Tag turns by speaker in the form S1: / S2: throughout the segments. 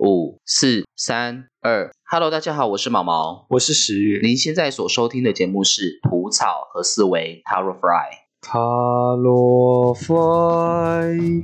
S1: 五、四、三、二。Hello，大家好，我是毛毛。
S2: 我是石宇。
S1: 您现在所收听的节目是《吐草和思维 t a r o Fry》。
S2: 塔罗 fly，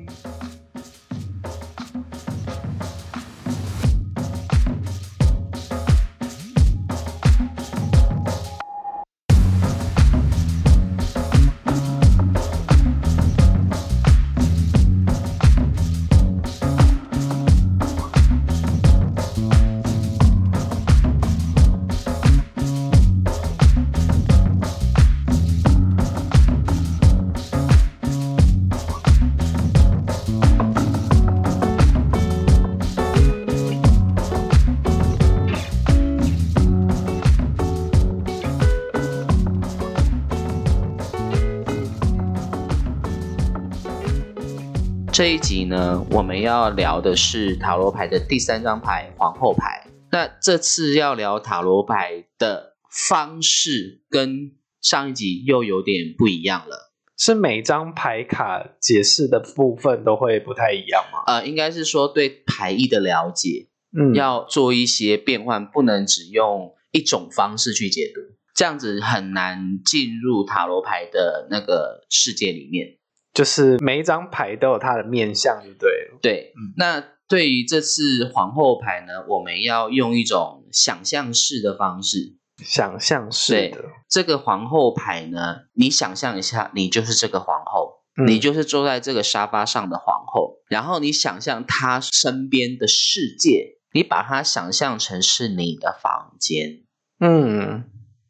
S1: 这一集呢，我们要聊的是塔罗牌的第三张牌——皇后牌。那这次要聊塔罗牌的方式跟上一集又有点不一样了。
S2: 是每张牌卡解释的部分都会不太一样吗？
S1: 呃，应该是说对牌意的了解，
S2: 嗯，
S1: 要做一些变换，不能只用一种方式去解读，这样子很难进入塔罗牌的那个世界里面。
S2: 就是每一张牌都有它的面相，就对了。
S1: 对，
S2: 嗯
S1: 那对于这次皇后牌呢，我们要用一种想象式的方式。
S2: 想象式的，
S1: 这个皇后牌呢，你想象一下，你就是这个皇后，
S2: 嗯
S1: 你就是坐在这个沙发上的皇后，然后你想象她身边的世界，你把它想象成是你的房间。
S2: 嗯，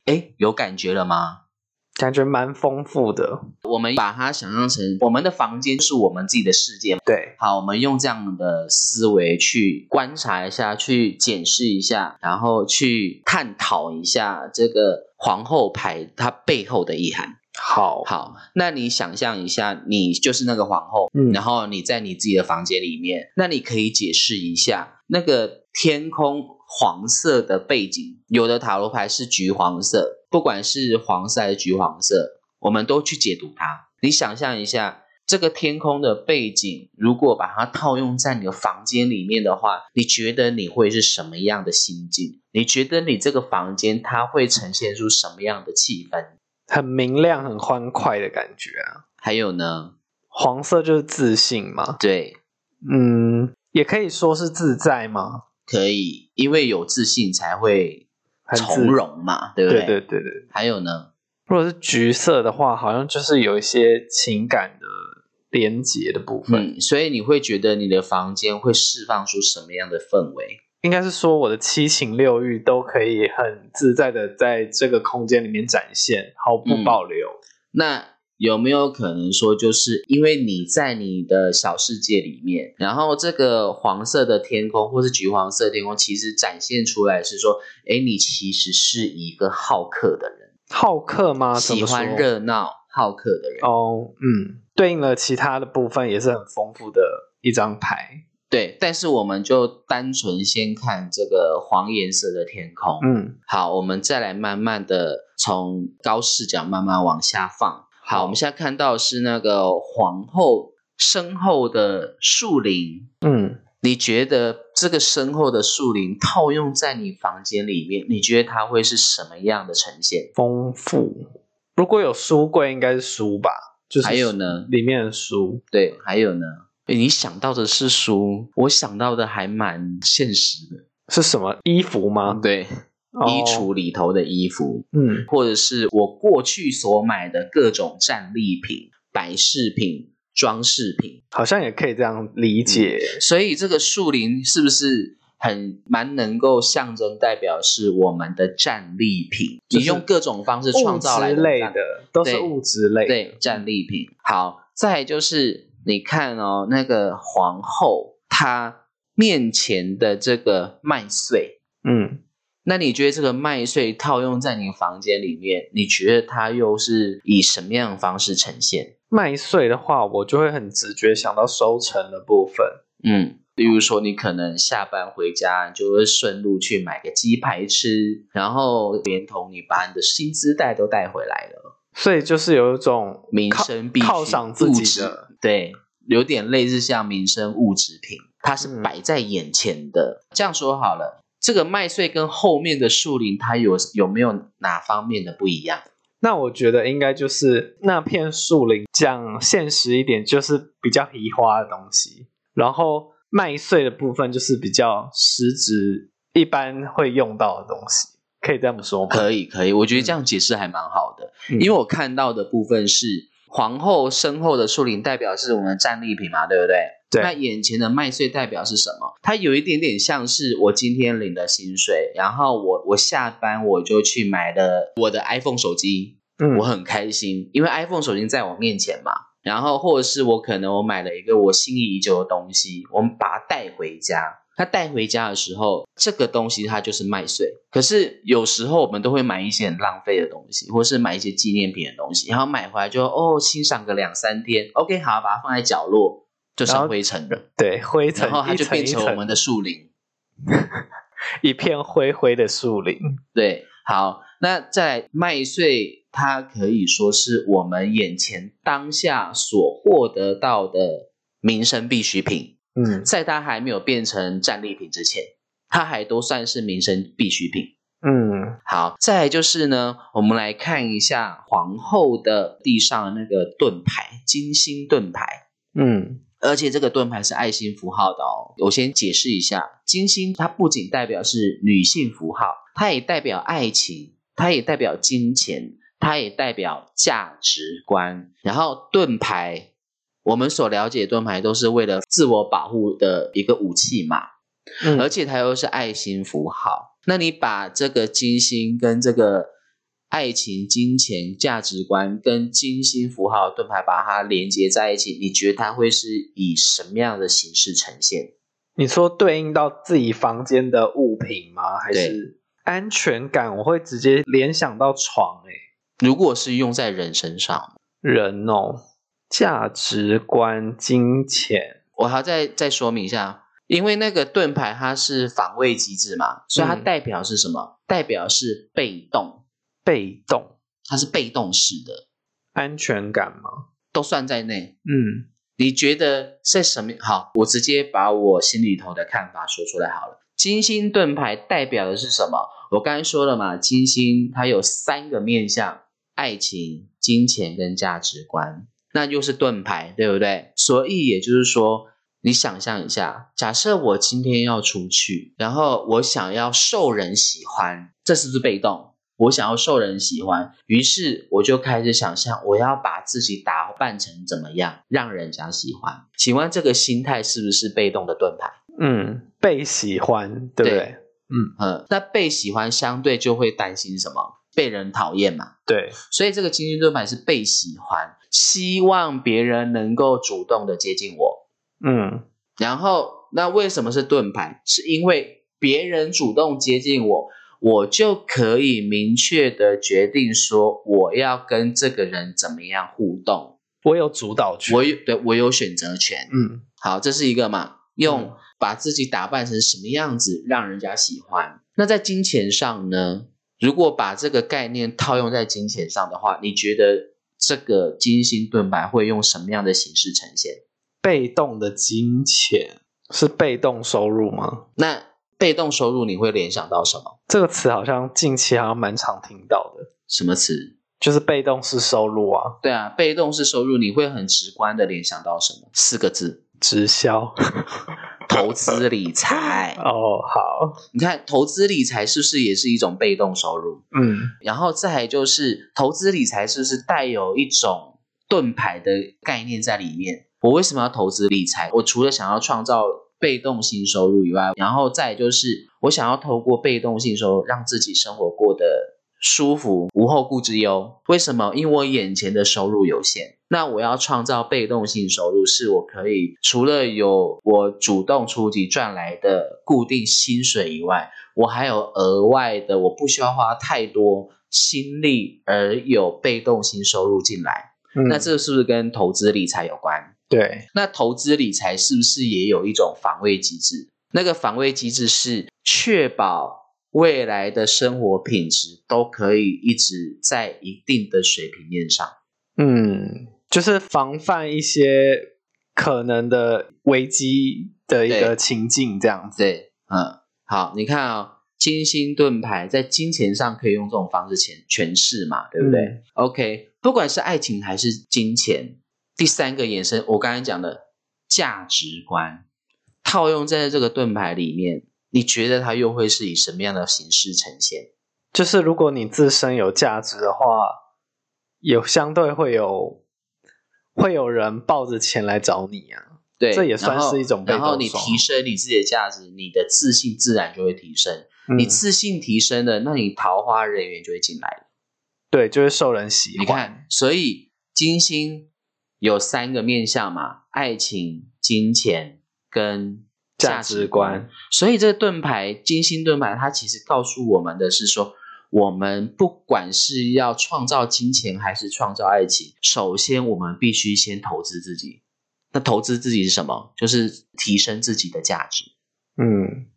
S1: 哎，有感觉了吗？
S2: 感觉蛮丰富的。
S1: 我们把它想象成我们的房间是我们自己的世界，
S2: 对，
S1: 好，我们用这样的思维去观察一下，去检视一下，然后去探讨一下这个皇后牌它背后的意涵。
S2: 好，
S1: 好，那你想象一下，你就是那个皇后，
S2: 嗯
S1: 然后你在你自己的房间里面，那你可以解释一下那个天空黄色的背景，有的塔罗牌是橘黄色，不管是黄色还是橘黄色，我们都去解读它。你想象一下。这个天空的背景，如果把它套用在你的房间里面的话，你觉得你会是什么样的心境？你觉得你这个房间它会呈现出什么样的气氛？
S2: 很明亮、很欢快的感觉啊。
S1: 还有呢，
S2: 黄色就是自信嘛，
S1: 对，
S2: 嗯，也可以说是自在吗？
S1: 可以，因为有自信才会
S2: 很自
S1: 从容嘛，对不
S2: 对
S1: 对
S2: 对对对。
S1: 还有呢，
S2: 如果是橘色的话，好像就是有一些情感的连结的部分。
S1: 嗯，所以你会觉得你的房间会释放出什么样的氛围？
S2: 应该是说我的七情六欲都可以很自在的在这个空间里面展现，毫不
S1: 嗯
S2: 保留。
S1: 那有没有可能说，就是因为你在你的小世界里面，然后这个黄色的天空或是橘黄色的天空，其实展现出来是说，哎，你其实是一个好客的人，
S2: 好客吗？啊怎
S1: 喜
S2: 么说
S1: 欢热闹、好客的人。
S2: 哦，嗯，对应了其他的部分也是很丰富的一张牌。
S1: 对，但是我们就单纯先看这个黄颜色的天空，
S2: 嗯，
S1: 好，我们再来慢慢的从高视角慢慢往下放。好，
S2: 好
S1: 我们现在看到的是那个皇后身后的树林。
S2: 嗯，
S1: 你觉得这个身后的树林套用在你房间里面，你觉得它会是什么样的呈现？
S2: 丰富。如果有书柜，应该是书吧，就是
S1: 还有呢
S2: 里面的书。
S1: 对，还有呢？诶你想到的是书，我想到的还蛮现实的。
S2: 是什么衣服吗？
S1: 对，
S2: 哦
S1: 衣橱里头的衣服，
S2: 嗯，
S1: 或者是我过去所买的各种战利品、摆饰品、装饰品。
S2: 好像也可以这样理解。
S1: 所以这个树林是不是很蛮能够象征代表是我们的战利品？
S2: 就是
S1: 你用各种方式
S2: 物
S1: 创
S2: 质
S1: 造来
S2: 类
S1: 战
S2: 的都
S1: 对
S2: 是物质类的，
S1: 对战利品。好，再来就是你看哦，那个皇后她面前的这个麦穗。
S2: 嗯，
S1: 那你觉得这个麦穗套用在你房间里面，你觉得它又是以什么样的方式呈现？
S2: 麦穗的话，我就会很直觉想到收成的部分。
S1: 嗯，比如说你可能下班回家就会顺路去买个鸡排吃，然后连同你把你的薪资袋都带回来了，
S2: 所以就是有一种
S1: 民
S2: 靠
S1: 生必须
S2: 犒赏自
S1: 物
S2: 己
S1: 质
S2: 的，
S1: 对，有点类似像民生物质品。它
S2: 嗯
S1: 是摆在眼前的。这样说好了，这个麦穗跟后面的树林，它有有没有哪方面的不一样？
S2: 那我觉得应该就是那片树林，讲现实一点，就是比较移花的东西。然后麦穗的部分就是比较实质一般会用到的东西，可以这么说吗？
S1: 可以，可以，我觉得这样解释还蛮好的。
S2: 嗯
S1: 因为我看到的部分是皇后身后的树林，代表是我们的战利品嘛，对不对？
S2: 对
S1: 那眼前的麦穗代表是什么？它有一点点像是我今天领了薪水，然后我我下班我就去买了我的 iPhone 手机，
S2: 嗯
S1: 我很开心，因为 iPhone 手机在我面前嘛。然后或者是我可能我买了一个我心仪已久的东西，我们把它带回家。它带回家的时候，这个东西它就是麦穗。可是有时候我们都会买一些很浪费的东西，或是买一些纪念品的东西，然后买回来就哦欣赏个两三天，OK，好，把它放在角落，就
S2: 然
S1: 成
S2: 后
S1: 灰尘了。
S2: 对灰
S1: 然
S2: 尘
S1: 后它
S2: 一
S1: 就
S2: 层一
S1: 变成我们
S2: 层
S1: 的树林。
S2: 一片灰灰的树林。
S1: 对，好，那在麦穗，它可以说是我们眼前当下所获得到的民生必需品，
S2: 嗯
S1: 在它还没有变成战利品之前，它还都算是民生必需品。
S2: 嗯
S1: 好，再来就是呢，我们来看一下皇后的地上的那个盾牌，金星盾牌。
S2: 嗯
S1: 而且这个盾牌是爱心符号的哦。我先解释一下，金星它不仅代表是女性符号，它也代表爱情，它也代表金钱，它也代表价值观。然后盾牌，我们所了解的盾牌都是为了自我保护的一个武器嘛。
S2: 嗯，
S1: 而且它又是爱心符号。那你把这个金星跟这个爱情、金钱、价值观跟金星符号盾牌把它连接在一起，你觉得它会是以什么样的形式呈现？
S2: 你说对应到自己房间的物品吗？还是安全感？我会直接联想到床、欸，
S1: 如果是用在人身上，
S2: 人哦，价值观、金钱，
S1: 我还要再再说明一下，因为那个盾牌它是防卫机制嘛，所以它
S2: 嗯
S1: 代表是什么？代表是被动，
S2: 被动、
S1: 它是被动式的，
S2: 安全感吗？
S1: 都算在内。
S2: 嗯
S1: 你觉得在什么？好，我直接把我心里头的看法说出来好了。金星盾牌代表的是什么？我刚才说了嘛，金星它有三个面向：爱情、金钱跟价值观，那又是盾牌，对不对？所以也就是说，你想象一下，假设我今天要出去，然后我想要受人喜欢，这是不是被动？我想要受人喜欢，于是我就开始想象，我要把自己打扮成怎么样，让人家喜欢。请问这个心态是不是被动的盾牌？
S2: 嗯，被喜欢，对不对？嗯，
S1: 嗯，那被喜欢相对就会担心什么？被人讨厌嘛。
S2: 对，
S1: 所以这个金星盾牌是被喜欢，希望别人能够主动的接近我。
S2: 嗯
S1: 然后，那为什么是盾牌？是因为别人主动接近我，我就可以明确的决定说我要跟这个人怎么样互动，
S2: 我有主导权，
S1: 我有对我有选择权。
S2: 嗯
S1: 好，这是一个嘛，
S2: 嗯
S1: 用把自己打扮成什么样子让人家喜欢。那在金钱上呢？如果把这个概念套用在金钱上的话，你觉得这个金星盾牌会用什么样的形式呈现？
S2: 被动的金钱是被动收入吗？
S1: 那被动收入你会联想到什么？
S2: 这个词好像近期好像蛮常听到的，
S1: 什么词？
S2: 就是被动式收入啊，
S1: 对啊，被动式收入，你会很直观的联想到什么？四个字：
S2: 直销。
S1: 投资理 财。
S2: 哦，好，
S1: 你看，投资理财是不是也是一种被动收入？
S2: 嗯
S1: 然后再来就是投资理财，是不是带有一种盾牌的概念在里面？我为什么要投资理财？我除了想要创造被动性收入以外，然后再来就是我想要透过被动性收入让自己生活过得舒服，无后顾之忧。为什么？因为我眼前的收入有限，那我要创造被动性收入，是我可以除了有我主动出击赚来的固定薪水以外，我还有额外的，我不需要花太多心力而有被动性收入进来。
S2: 嗯，
S1: 那这是不是跟投资理财有关？
S2: 对，
S1: 那投资理财是不是也有一种防卫机制？那个防卫机制是确保未来的生活品质都可以一直在一定的水平面上。
S2: 嗯，就是防范一些可能的危机的一个
S1: 对
S2: 情境这样子。
S1: 对，嗯，好，你看啊、哦，金星盾牌在金钱上可以用这种方式诠诠释嘛，对不对、
S2: 嗯
S1: o k 不管是爱情还是金钱，第三个衍生，我刚才讲的价值观套用在这个盾牌里面，你觉得它又会是以什么样的形式呈现？
S2: 就是如果你自身有价值的话，有相对会有会有人抱着钱来找你啊。
S1: 对，
S2: 这也算
S1: 然后
S2: 是一种被
S1: 然后
S2: 动
S1: 你
S2: 收
S1: 提升你自己的价值，你的自信自然就会提升。
S2: 嗯
S1: 你自信提升了，那你桃花人缘就会进来了。
S2: 对，就会受人喜
S1: 你
S2: 欢。
S1: 看，所以金星有三个面向嘛，爱情、金钱跟
S2: 价值观。
S1: 所以这个盾牌，金星盾牌，它其实告诉我们的是说，我们不管是要创造金钱还是创造爱情，首先我们必须先投资自己。那投资自己是什么？就是提升自己的价值。
S2: 嗯，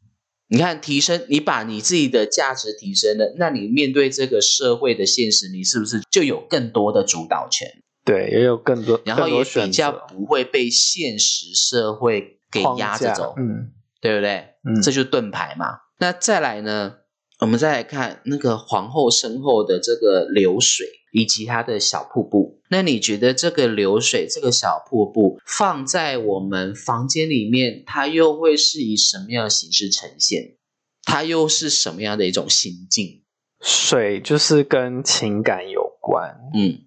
S1: 你看，提升你把你自己的价值提升了，那你面对这个社会的现实，你是不是就有更多的主导权？
S2: 对，也有更多
S1: 然后
S2: 更
S1: 也
S2: 多选
S1: 比较
S2: 择
S1: 不会被现实社会给
S2: 框
S1: 压
S2: 架
S1: 着走，
S2: 嗯
S1: 对不对？
S2: 嗯，
S1: 这就是盾牌嘛。那再来呢，我们再来看那个皇后身后的这个流水以及它的小瀑布。那你觉得这个流水、这个小瀑布放在我们房间里面，它又会是以什么样的形式呈现？它又是什么样的一种心境？
S2: 水就是跟情感有关，
S1: 嗯，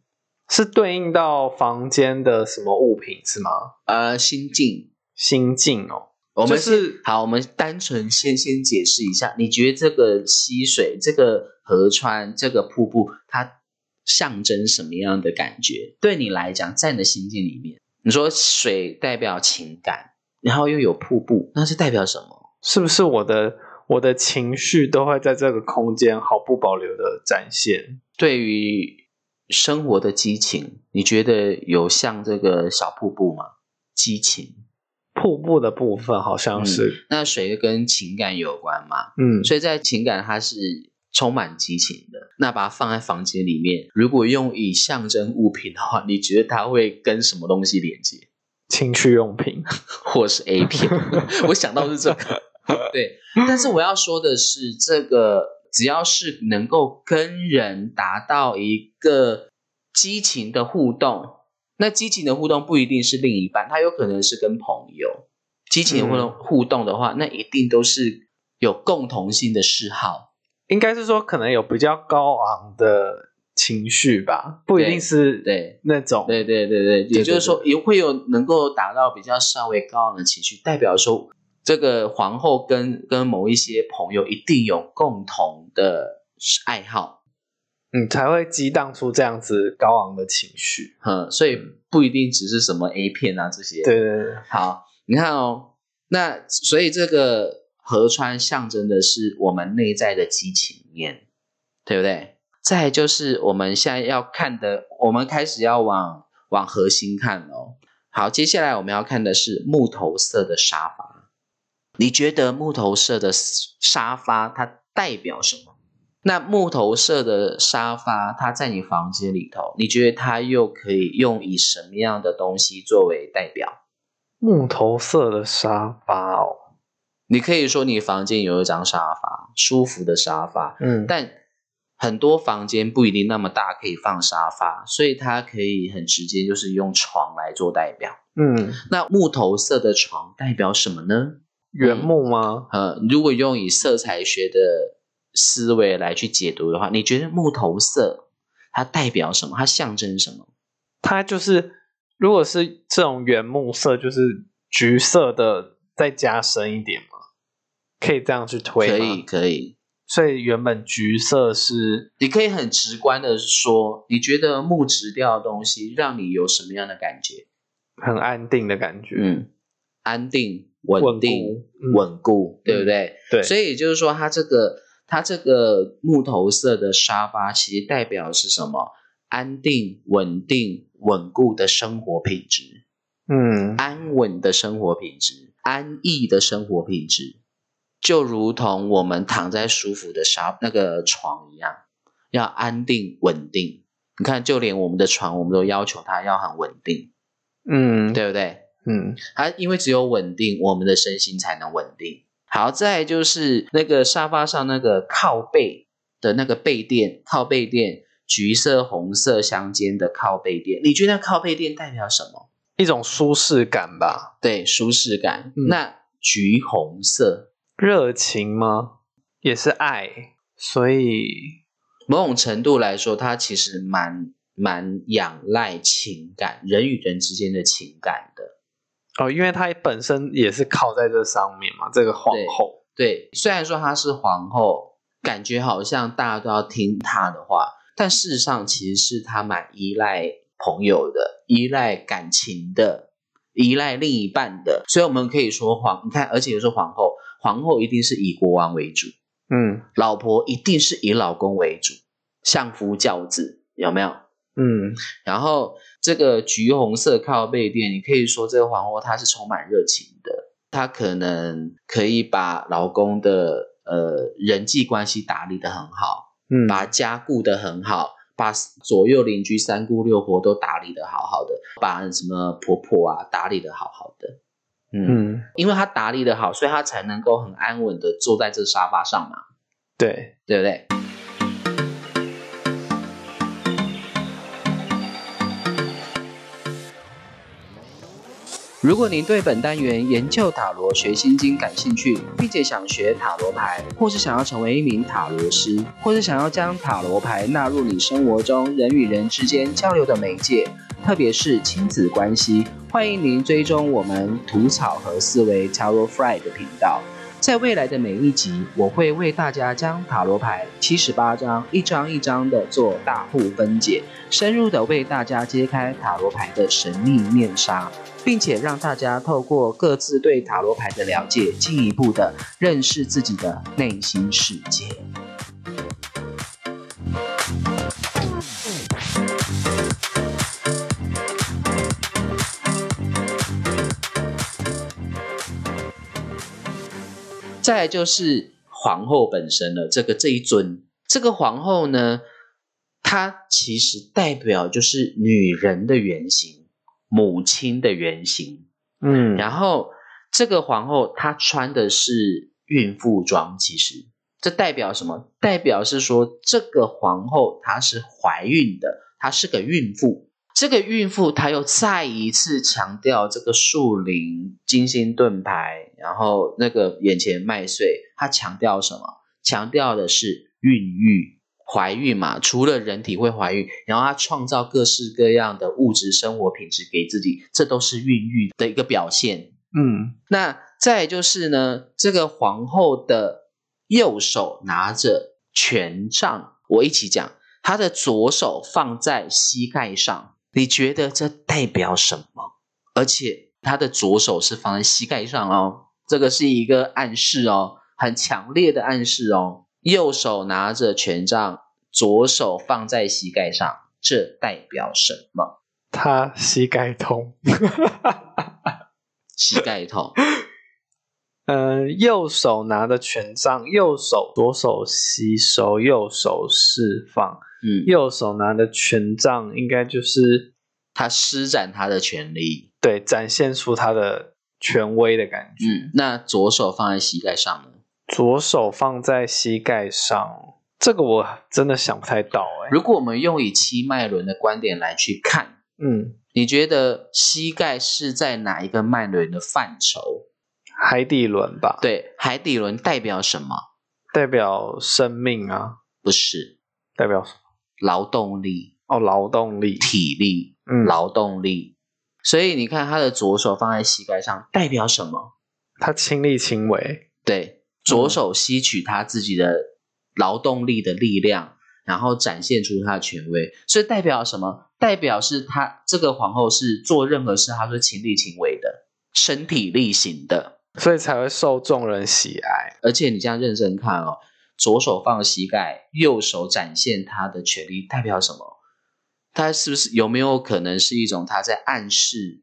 S2: 是对应到房间的什么物品是吗？
S1: 呃，心境。
S2: 心境哦，
S1: 我们
S2: 就是
S1: 先好，我们单纯先先解释一下，你觉得这个溪水、这个河川、这个瀑布，它象征什么样的感觉？对你来讲，在你的心境里面，你说水代表情感，然后又有瀑布，那是代表什么？
S2: 是不是我的我的情绪都会在这个空间毫不保留的展现？
S1: 对于生活的激情，你觉得有像这个小瀑布吗？激情，
S2: 瀑布的部分好像啊是，
S1: 那水跟情感有关吗？
S2: 嗯，
S1: 嗯所以在情感它是充满激情的。那把它放在房间里面，如果用以象征物品的话，你觉得它会跟什么东西连接？
S2: 情趣用品，
S1: 或是 A 片？ 我想到是这个， 对。但是我要说的是，这个只要是能够跟人达到一个激情的互动，那激情的互动不一定是另一半，它有可能是跟朋友。激情的互动互动的话，那一定都是有共同性的嗜好，
S2: 应该是说可能有比较高昂的情绪吧，不一
S1: 对
S2: 定是
S1: 对
S2: 那种
S1: 对对对对，也
S2: 对
S1: 就是说，也会有能够达到比较稍微高昂的情绪，代表说这个皇后跟跟某一些朋友一定有共同的爱好，
S2: 你嗯才会激荡出这样子高昂的情绪。
S1: 嗯，所以不一定只是什么 A 片啊这些。
S2: 对，对对，
S1: 好，你看哦，那所以这个河川象征的是我们内在的激情面，对不对？再来就是我们现在要看的，我们开始要往往核心看哦。好，接下来我们要看的是木头色的沙发。你觉得木头色的沙发它代表什么？那木头色的沙发，它在你房间里头，你觉得它又可以用以什么样的东西作为代表？
S2: 木头色的沙发哦，
S1: 你可以说你房间有一张沙发，舒服的沙发，
S2: 嗯，
S1: 但很多房间不一定那么大可以放沙发，所以它可以很直接就是用床来做代表。
S2: 嗯，
S1: 那木头色的床代表什么呢？嗯
S2: 原木吗？
S1: 呃，如果用以色彩学的思维来去解读的话，你觉得木头色它代表什么？它象征什么？
S2: 它就是，如果是这种原木色，就是橘色的，再加深一点嘛，可以这样去推
S1: 可
S2: 吗
S1: 以，可以，
S2: 所以原本橘色是
S1: 你可以很直观的说，你觉得木质调的东西让你有什么样的感觉？
S2: 很安定的感觉，
S1: 嗯，安定、稳
S2: 稳
S1: 定、
S2: 固嗯
S1: 稳固，对不对？
S2: 对，
S1: 所以也就是说，它这个它这个木头色的沙发，其实代表的是什么？安定、稳定、稳固的生活品质，
S2: 嗯，
S1: 安稳的生活品质，安逸的生活品质，就如同我们躺在舒服的沙那个床一样，要安定稳定。你看，就连我们的床，我们都要求它要很稳定。
S2: 嗯，
S1: 对不对？
S2: 嗯，
S1: 它因为只有稳定，我们的身心才能稳定。好，再来就是那个沙发上那个靠背的那个背垫，靠背垫橘色红色相间的靠背垫，你觉得靠背垫代表什么？
S2: 一种舒适感吧，
S1: 对，舒适感。
S2: 嗯
S1: 那橘红色
S2: 热情吗？也是爱，所以
S1: 某种程度来说，它其实蛮蛮仰赖情感，人与人之间的情感的。
S2: 哦，因为它本身也是靠在这上面嘛，这个皇后，
S1: 对，虽然说她是皇后，感觉好像大家都要听她的话，但事实上其实是她蛮依赖朋友的，依赖感情的，依赖另一半的。所以我们可以说皇，你看，而且又是皇后，皇后一定是以国王为主，
S2: 嗯
S1: 老婆一定是以老公为主，相夫教子，有没有？
S2: 嗯
S1: 然后这个橘红色靠背垫，你可以说这个皇后她是充满热情的，她可能可以把老公的呃人际关系打理得很好，
S2: 嗯，
S1: 把家顾得很好，把左右邻居三姑六婆都打理得好好的，把什么婆婆啊打理得好好的，嗯，
S2: 嗯
S1: 因为她打理得好，所以她才能够很安稳的坐在这沙发上嘛，
S2: 对，
S1: 对不对？如果您对本单元研究塔罗学心经感兴趣，并且想学塔罗牌，或是想要成为一名塔罗师，或是想要将塔罗牌纳入你生活中人与人之间交流的媒介，特别是亲子关系，欢迎您追踪我们吐草和思维 Tarot Fry 的频道。在未来的每一集，我会为大家将塔罗牌七十八张一张一张的做大户分解，深入的为大家揭开塔罗牌的神秘面纱。并且让大家透过各自对塔罗牌的了解，进一步的认识自己的内心世界。再来就是皇后本身了，这个这一尊，这个皇后呢，她其实代表就是女人的原型。母亲的原型。
S2: 嗯，
S1: 然后这个皇后她穿的是孕妇装，其实这代表什么？代表是说这个皇后她是怀孕的，她是个孕妇。这个孕妇她又再一次强调这个树林、金星盾牌，然后那个眼前麦穗，她强调什么？强调的是孕育。怀孕嘛，除了人体会怀孕，然后她创造各式各样的物质生活品质给自己，这都是孕育的一个表现。
S2: 嗯
S1: 那再来就是呢，这个皇后的右手拿着权杖，我一起讲，她的左手放在膝盖上，你觉得这代表什么？而且她的左手是放在膝盖上哦，这个是一个暗示哦，很强烈的暗示哦。右手拿着权杖，左手放在膝盖上，这代表什么？
S2: 她膝盖痛，
S1: 膝盖痛，
S2: 嗯、右手拿着权杖，右手左手吸收，右手释放，
S1: 嗯，
S2: 右手拿着权杖，应该就是
S1: 他施展他的权利。
S2: 对展现出她的权威的感觉。
S1: 嗯，那左手放在膝盖上呢？
S2: 左手放在膝盖上，这个我真的想不太到哎、
S1: 如果我们用以七脉轮的观点来去看，
S2: 嗯，
S1: 你觉得膝盖是在哪一个脉轮的范畴？
S2: 海底轮吧，，
S1: 对，海底轮代表什么？
S2: 代表生命啊，
S1: 不是
S2: 代表什么
S1: 劳动力、
S2: 哦劳动力，
S1: 体力、
S2: 嗯，
S1: 劳动力。所以你看，他的左手放在膝盖上，代表什么？
S2: 他亲力亲为，
S1: 对，左手吸取他自己的劳动力的力量，然后展现出他的权威，所以代表什么？代表是他这个皇后是做任何事，她是亲力亲为的，身体力行的。
S2: 所以才会受众人喜爱。
S1: 而且你这样认真看哦，左手放膝盖，右手展现他的权利，代表什么？他是不是有没有可能是一种他在暗示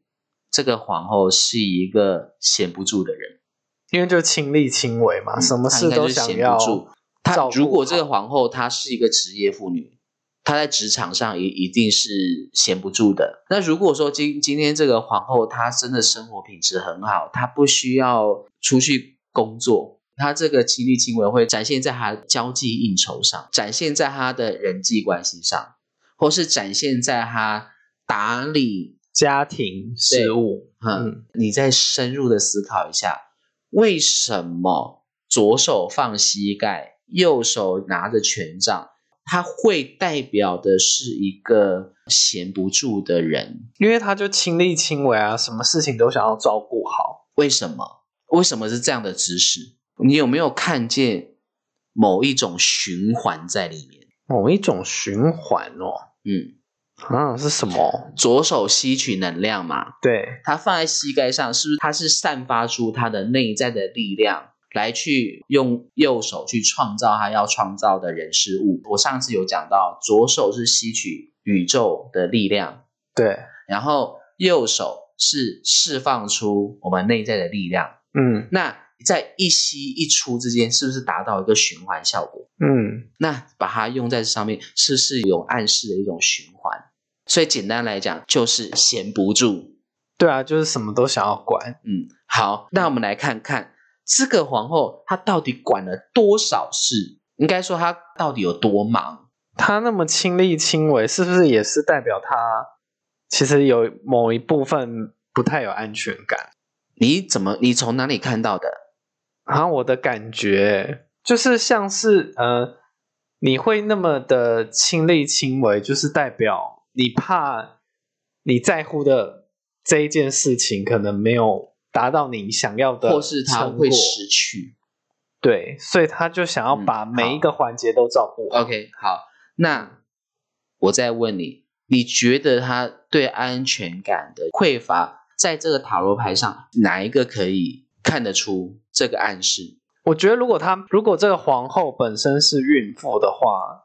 S1: 这个皇后是一个闲不住的人？
S2: 因为就亲力亲为
S1: 嗯
S2: 嘛，什么事都想
S1: 她
S2: 要
S1: 应该就是闲不住。她
S2: 照顾
S1: 如果这个
S2: 好
S1: 皇后她是一个职业妇女，他在职场上一一定是闲不住的。那如果说今今天这个皇后她真的生活品质很好，她不需要出去工作，她这个亲力亲为会展现在她交际应酬上，展现在她的人际关系上，或是展现在她打理
S2: 家庭事务，
S1: 嗯，你再深入的思考一下，为什么左手放膝盖，右手拿着权杖，它会代表的是一个闲不住的人？
S2: 因为他就亲力亲为啊，什么事情都想要照顾好。
S1: 为什么？为什么是这样的姿势？你有没有看见某一种循环在里面？
S2: 某一种循环哦，
S1: 嗯，
S2: 啊是什么？
S1: 左手吸取能量嘛，
S2: 对，
S1: 它放在膝盖上，是不是它是散发出它的内在的力量，来去用右手去创造它要创造的人事物？我上次有讲到，左手是吸取宇宙的力量，
S2: 对，
S1: 然后右手是释放出我们内在的力量。
S2: 嗯
S1: 那在一吸一出之间，是不是达到一个循环效果？
S2: 嗯，
S1: 那把它用在这上面，是不是有暗示的一种循环？所以简单来讲，就是闲不住。
S2: 对啊，就是什么都想要管。
S1: 嗯，好，那我们来看看这个皇后她到底管了多少事？应该说她到底有多忙？
S2: 他那么亲力亲为，是不是也是代表他其实有某一部分不太有安全感？
S1: 你怎么？你从哪里看到的？
S2: 然后我的感觉就是像是呃，你会那么的亲力亲为，就是代表你怕你在乎的这一件事情可能没有达到你想要的成
S1: 或
S2: 果，
S1: 是她会失去
S2: 对，所以他就想要
S1: 嗯
S2: 把每一个环节都照顾呃好。
S1: ？OK，好，那我再问你，你觉得她对安全感的匮乏，在这个塔罗牌上哪一个可以看得出这个暗示？
S2: 我觉得如果他如果这个皇后本身是孕妇的话，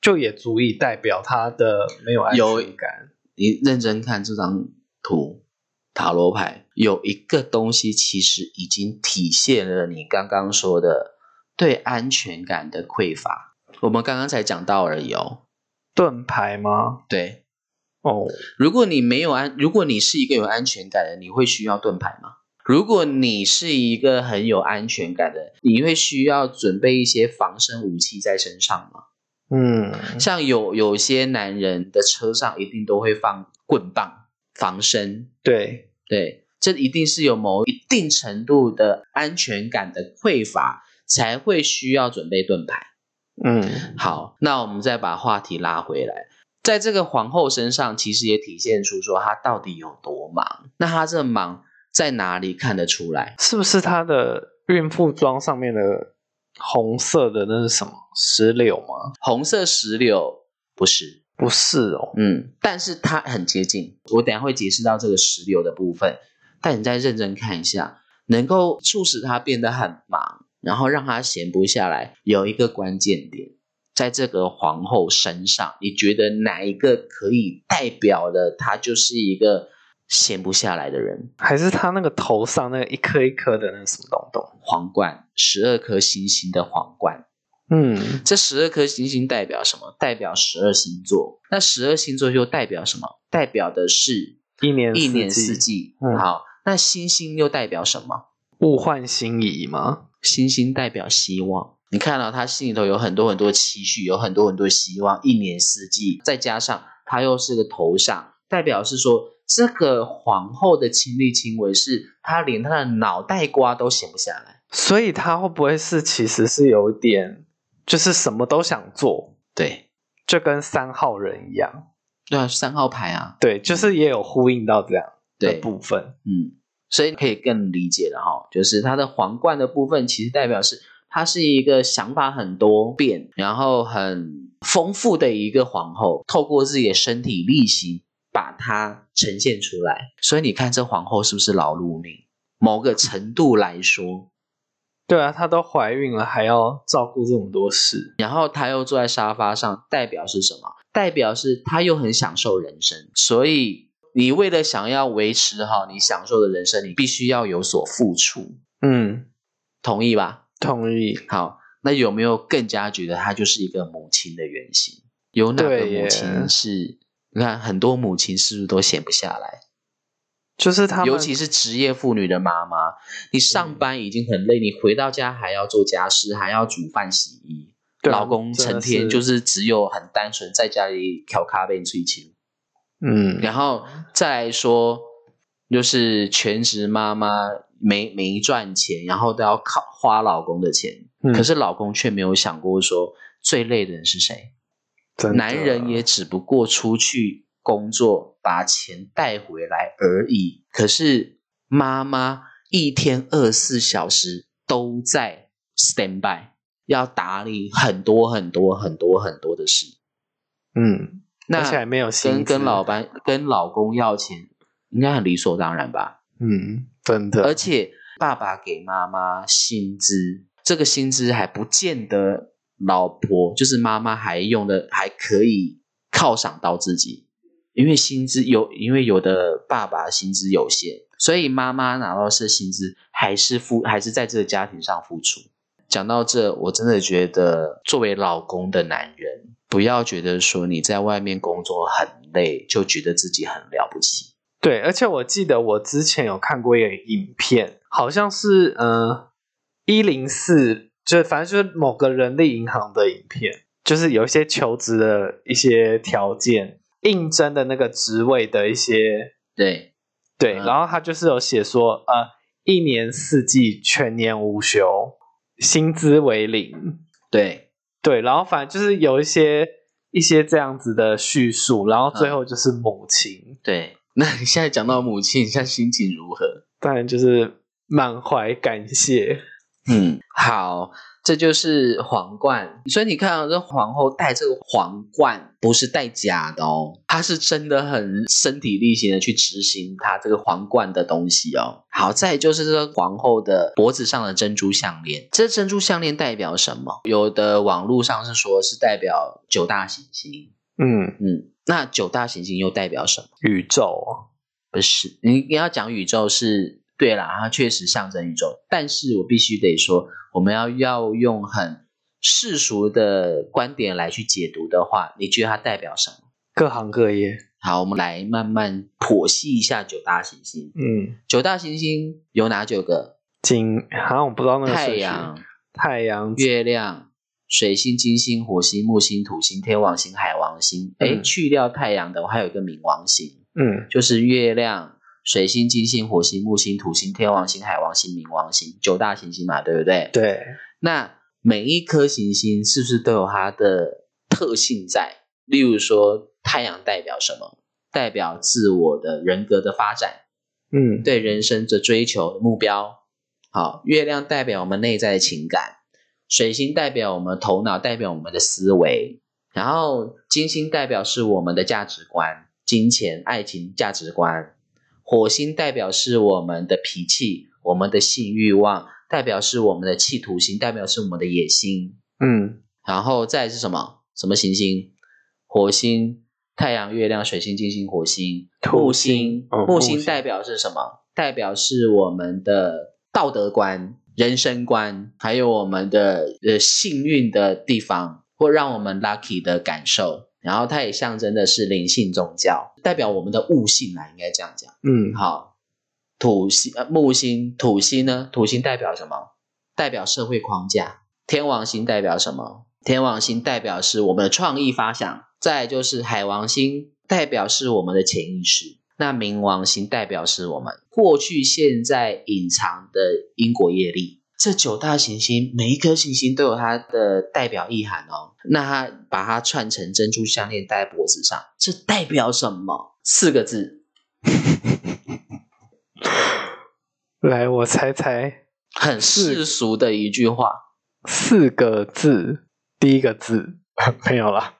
S2: 就也足以代表她的没有安
S1: 有
S2: 全感。
S1: 你认真看这张图，塔罗牌有一个东西，其实已经体现了你刚刚说的对安全感的匮乏。我们刚刚才讲到而已哦。
S2: 盾牌吗？
S1: 对，
S2: 哦，
S1: 如果你没有安，如果你是一个有安全感的，你会需要盾牌吗？如果你是一个很有安全感的，你会需要准备一些防身武器在身上吗？
S2: 嗯，
S1: 像有有些男人的车上一定都会放棍棒防身，
S2: 对，
S1: 对，这一定是有某一定程度的安全感的匮乏，才会需要准备盾牌。
S2: 嗯，
S1: 好，那我们再把话题拉回来，在这个皇后身上，其实也体现出说她到底有多忙。那她这忙在哪里看得出来？
S2: 是不是她的孕妇装上面的红色的那是什么石榴吗？
S1: 红色石榴不是，
S2: 不是哦，
S1: 嗯，但是它很接近。我等一下会解释到这个石榴的部分，但你再认真看一下，能够促使他变得很忙，然后让他闲不下来，有一个关键点，在这个皇后身上，你觉得哪一个可以代表了她就是一个闲不下来的人？
S2: 还是她那个头上那个一颗一颗的那个什么东东？
S1: 皇冠，十二颗星星的皇冠。
S2: 嗯，
S1: 这十二颗星星代表什么？代表十二星座。那十二星座又代表什么？代表的是
S2: 一年
S1: 一
S2: 四
S1: 年
S2: 季
S1: 四季。
S2: 嗯
S1: 好，那星星又代表什么？
S2: 物换星移吗？
S1: 星星代表希望。你看到、他心里头有很多很多期许，有很多很多希望，一年四季，再加上他又是个头上，代表是说这个皇后的亲力亲为是，她连她的脑袋瓜都闲不下来。
S2: 所以她会不会是其实是有一点，就是什么都想做，
S1: 对，
S2: 就跟三号人一样？
S1: 对啊，三号牌啊，
S2: 对，就是也有呼应到这样的
S1: 对，
S2: 部分。
S1: 嗯，所以可以更理解了哈，就是它的皇冠的部分，其实代表是她是一个想法很多变，然后很丰富的一个皇后，透过自己的身体力行把它呈现出来。所以你看这皇后是不是劳碌命？某个程度来说，
S2: 对啊，她都怀孕了，还要照顾这么多事。
S1: 然后她又坐在沙发上，代表是什么？代表是她又很享受人生，所以。你为了想要维持好你享受的人生，你必须要有所付出，
S2: 嗯，
S1: 同意吧？
S2: 同意。
S1: 好，那有没有更加觉得她就是一个母亲的原型？有哪个
S2: 对耶
S1: 母亲是？你看，很多母亲是不是都闲不下来？
S2: 就是他们，嗯
S1: 尤其是职业妇女的妈妈，你上班已经很累，你回到家还要做家事，还要煮饭、洗衣，
S2: 对啊
S1: 老公成
S2: 真
S1: 天
S2: 的
S1: 就是是只有很单纯在家里调咖啡、吹琴。
S2: 嗯，
S1: 然后再来说，就是全职妈妈没没赚钱，然后都要靠花老公的钱，
S2: 嗯
S1: 可是老公却没有想过说最累的人是谁。
S2: 真的
S1: 男人也只不过出去工作，把钱带回来而已。可是妈妈一天二十四小时都在 stand by，要打理很多很多很多很多的事。
S2: 嗯，
S1: 那
S2: 而且还没有薪
S1: 跟
S2: 资
S1: 跟老板跟老公要钱，应该很理所当然吧？
S2: 嗯，真的，
S1: 而且爸爸给妈妈薪资，这个薪资还不见得老婆就是妈妈还用的还可以犒赏到自己，因为薪资有，因为有的爸爸薪资有限，所以妈妈拿到是薪资还是付还是在这个家庭上付出。讲到这，我真的觉得作为老公的男人，不要觉得说你在外面工作很累，就觉得自己很了不起。
S2: 对，而且我记得我之前有看过一个影片，好像是呃一零四，就反正就是某个人力银行的影片，就是有一些求职的一些条件，应征的那个职位的一些
S1: 对，
S2: 对，
S1: 嗯
S2: 然后他就是有写说呃一年四季全年无休，薪资为零，
S1: 对，
S2: 对，然后反正就是有一些一些这样子的叙述，然后
S1: 嗯
S2: 最后就是母亲，
S1: 对， 那你现在讲到母亲，你现在心情如何？
S2: 当然就是满怀感谢。
S1: 嗯，好，这就是皇冠。所以你看啊，这皇后戴这个皇冠不是戴假的哦，她是真的很身体力行的去执行她这个皇冠的东西哦。好，再来就是这个皇后的脖子上的珍珠项链，这珍珠项链代表什么？有的网络上是说是代表九大行星，
S2: 嗯，
S1: 嗯，那九大行星又代表什么？
S2: 宇宙
S1: 不呃是，你你要讲宇宙是对啦，它确实象征宇宙，但是我必须得说，我们要要用很世俗的观点来去解读的话，你觉得它代表什么？
S2: 各行各业。
S1: 好，我们来慢慢剖析一下九大行星。
S2: 嗯，
S1: 九大行星有哪九个？
S2: 金好像我不知道那个顺
S1: 太
S2: 序
S1: 阳、
S2: 太阳
S1: 月亮、水星、金星、火星、木星、土星、天王星、海王星。哎、
S2: 嗯
S1: 去掉太阳的，我还有一个冥王星。
S2: 嗯
S1: 就是月亮、水星、金星、火星、木星、土星、天王星、海王星、冥王星九大行星嘛，对不对？。
S2: 对
S1: 那每一颗行星是不是都有它的特性在？例如说，太阳代表什么？代表自我的人格的发展，
S2: 嗯
S1: 对人生的追求目标。好，月亮代表我们内在的情感，水星代表我们头脑，代表我们的思维，然后金星代表是我们的价值观、金钱、爱情价值观，火星代表是我们的脾气、我们的性欲望，代表是我们的企图心，代表是我们的野心。
S2: 嗯
S1: 然后再来是什么？什么行星？火星、太阳、月亮、水星、金星、火星、
S2: 土
S1: 木
S2: 星
S1: 星。
S2: 哦
S1: 木
S2: 木星
S1: 星代表是什么？代表是我们的道德观、人生观，还有我们的呃幸运的地方，或让我们 lucky 的感受。然后它也象征的是灵性宗教，代表我们的悟性啦，应该这样讲。
S2: 嗯
S1: 好，土星、呃、木星、土星呢？土星代表什么？代表社会框架。天王星代表什么？天王星代表是我们的创意发想。再来就是海王星，代表是我们的潜意识。那冥王星代表是我们过去、现在隐藏的因果业力。这九大行星，每一颗行星都有它的代表意涵哦。那它把它串成珍珠项链戴在脖子上，这代表什么？四个字：
S2: 来我猜猜
S1: 很世俗的一句话，
S2: 四个字，第一个字 没 有了，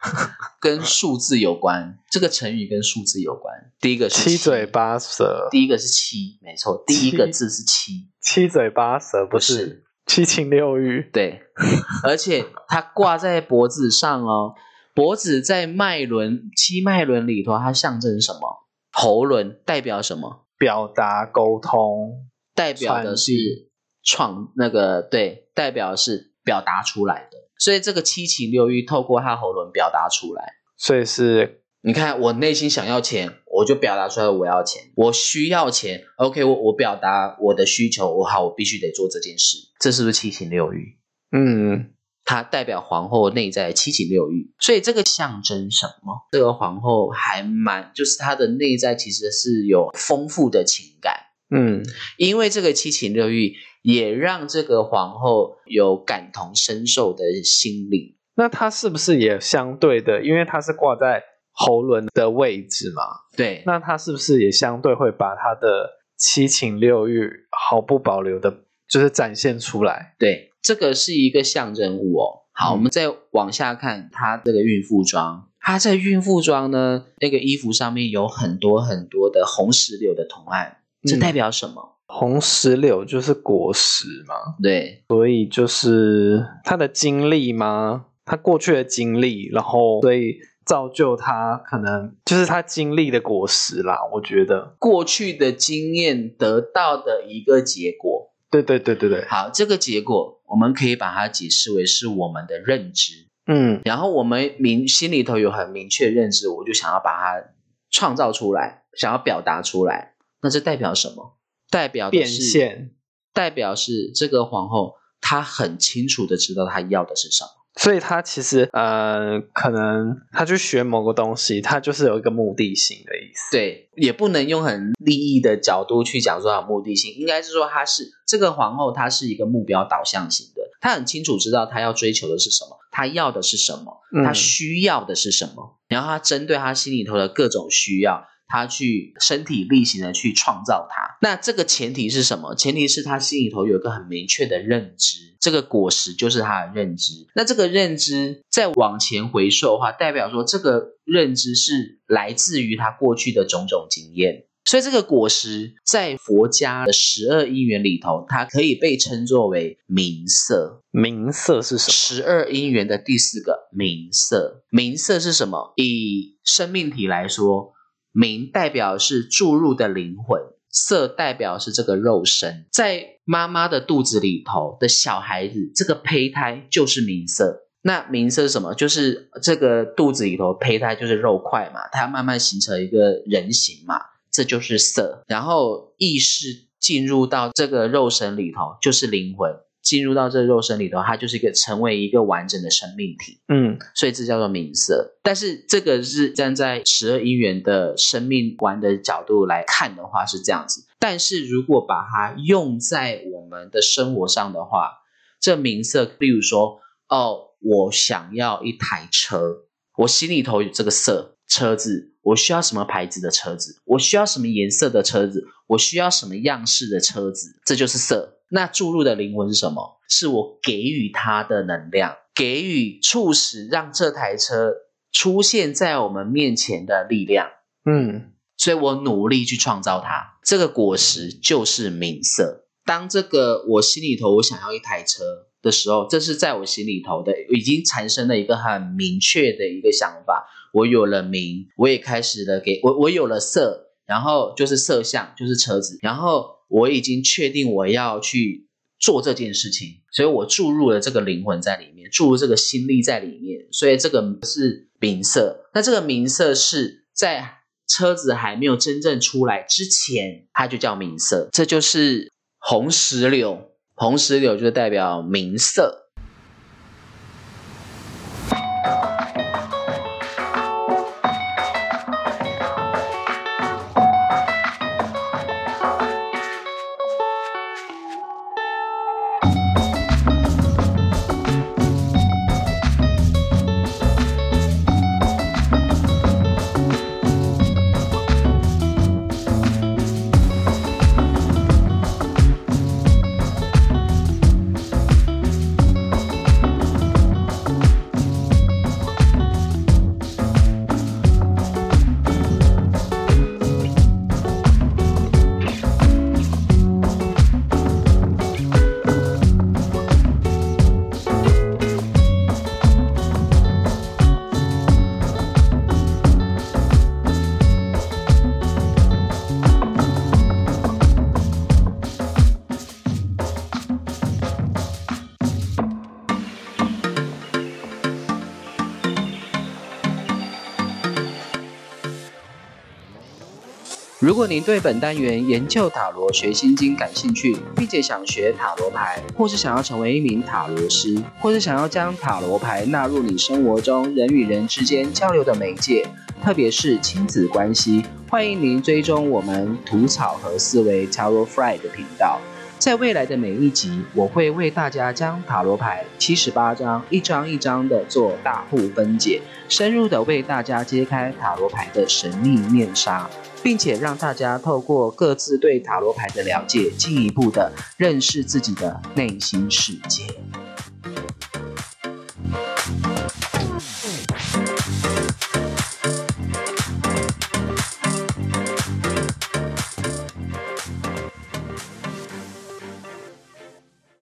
S1: 跟
S2: 嗯
S1: 数字有关。这个成语跟数字有关。第一个是
S2: 七嘴，八舌，
S1: 第一个是七，没错，第一个字是七，
S2: 七嘴八舌不
S1: 不
S2: 是
S1: 是
S2: 七情六欲，
S1: 对，而且它挂在脖子上哦，脖子在脉轮七脉轮里头，它象征什么？喉轮代表什么？
S2: 表达沟通，
S1: 代表的是
S2: 传递
S1: 创那个对，代表是表达出来的。所以这个七情六欲透过它喉轮表达出来。
S2: 所以是
S1: 你看，我内心想要钱，我就表达出来我要钱，我需要钱。OK，我我表达我的需求，我好，我必须得做这件事。这是不是七情六欲？
S2: 嗯，
S1: 它代表皇后内在的七情六欲，所以这个象征什么？这个皇后还蛮，就是她的内在其实是有丰富的情感，
S2: 嗯
S1: 因为这个七情六欲也让这个皇后有感同身受的心灵。
S2: 那它是不是也相对的？因为它是挂在喉轮的位置嘛，
S1: 对，
S2: 那它是不是也相对会把它的七情六欲毫不保留的，就是展现出来？
S1: 对，这个是一个象征物哦。好，我们再往下看她这个孕妇装。她在孕妇装呢，那个衣服上面有很多很多的红石榴的图案，这
S2: 嗯
S1: 代表什么？
S2: 红石榴就是果实嘛，
S1: 对
S2: 所以就是他的经历吗？他过去的经历，然后所以造就他可能就是他经历的果实啦。我觉得，
S1: 过去的经验得到的一个结果。
S2: 对对对对对，
S1: 好，这个结果我们可以把它解释为是我们的认知，
S2: 嗯
S1: 然后我们明心里头有很明确认知，我就想要把它创造出来，想要表达出来。那这代表什么？代表的
S2: 变
S1: 是
S2: 现，
S1: 代表是这个皇后，她很清楚的知道她要的是什么。
S2: 所以他其实呃，可能他去学某个东西，他就是有一个目的性的意思。
S1: 对，也不能用很利益的角度去讲说她有目的性，应该是说她是这个皇后，她是一个目标导向型的，她很清楚知道她要追求的是什么，她要的是什么，
S2: 嗯
S1: 她需要的是什么，然后她针对她心里头的各种需要。她去身体力行的去创造它，那这个前提是什么？前提是她心里头有一个很明确的认知，这个果实就是她的认知。那这个认知再往前回溯的话，代表说这个认知是来自于她过去的种种经验。所以这个果实在佛家的十二因缘里头，它可以被称作为名色。
S2: 名色是什么？
S1: 十二因缘的第四个名色，名色是什么？以生命体来说，名代表是注入的灵魂，色代表是这个肉身，在妈妈的肚子里头的小孩子，这个胚胎就是名色。那名色是什么？就是这个肚子里头胚胎就是肉块嘛，它慢慢形成一个人形嘛，这就是色。然后意识进入到这个肉身里头，就是灵魂。进入到这个肉身里头，它就是一个成为一个完整的生命体，
S2: 嗯
S1: 所以这叫做名色。但是这个是站在十二因缘的生命观的角度来看的话是这样子，但是如果把它用在我们的生活上的话，这名色，例如说，哦，我想要一台车，我心里头有这个色车子，我需要什么牌子的车子，我需要什么颜色的车子，我需要什么样式的车子，这就是色。那注入的灵魂是什么？是我给予它的能量，给予促使让这台车出现在我们面前的力量，
S2: 嗯
S1: 所以我努力去创造它。这个果实就是名色。当这个我心里头我想要一台车的时候，这是在我心里头的已经产生了一个很明确的一个想法。我有了名，我也开始了给我我有了色，然后就是色相，就是车子，然后我已经确定我要去做这件事情，所以我注入了这个灵魂在里面，注入这个心力在里面，所以这个是名色。那这个名色是在车子还没有真正出来之前，它就叫名色，这就是红石榴。红石榴就代表名色，如果您对本单元研究塔罗学心经感兴趣，并且想学塔罗牌，或是想要成为一名塔罗师，或是想要将塔罗牌纳入你生活中人与人之间交流的媒介，特别是亲子关系，欢迎您追踪我们吐草和思维 Tarot Fry 的频道。在未来的每一集，我会为大家将塔罗牌七十八张一张一张的做大户分解，深入的为大家揭开塔罗牌的神秘面纱，并且让大家透过各自对塔罗牌的了解，进一步的认识自己的内心世界。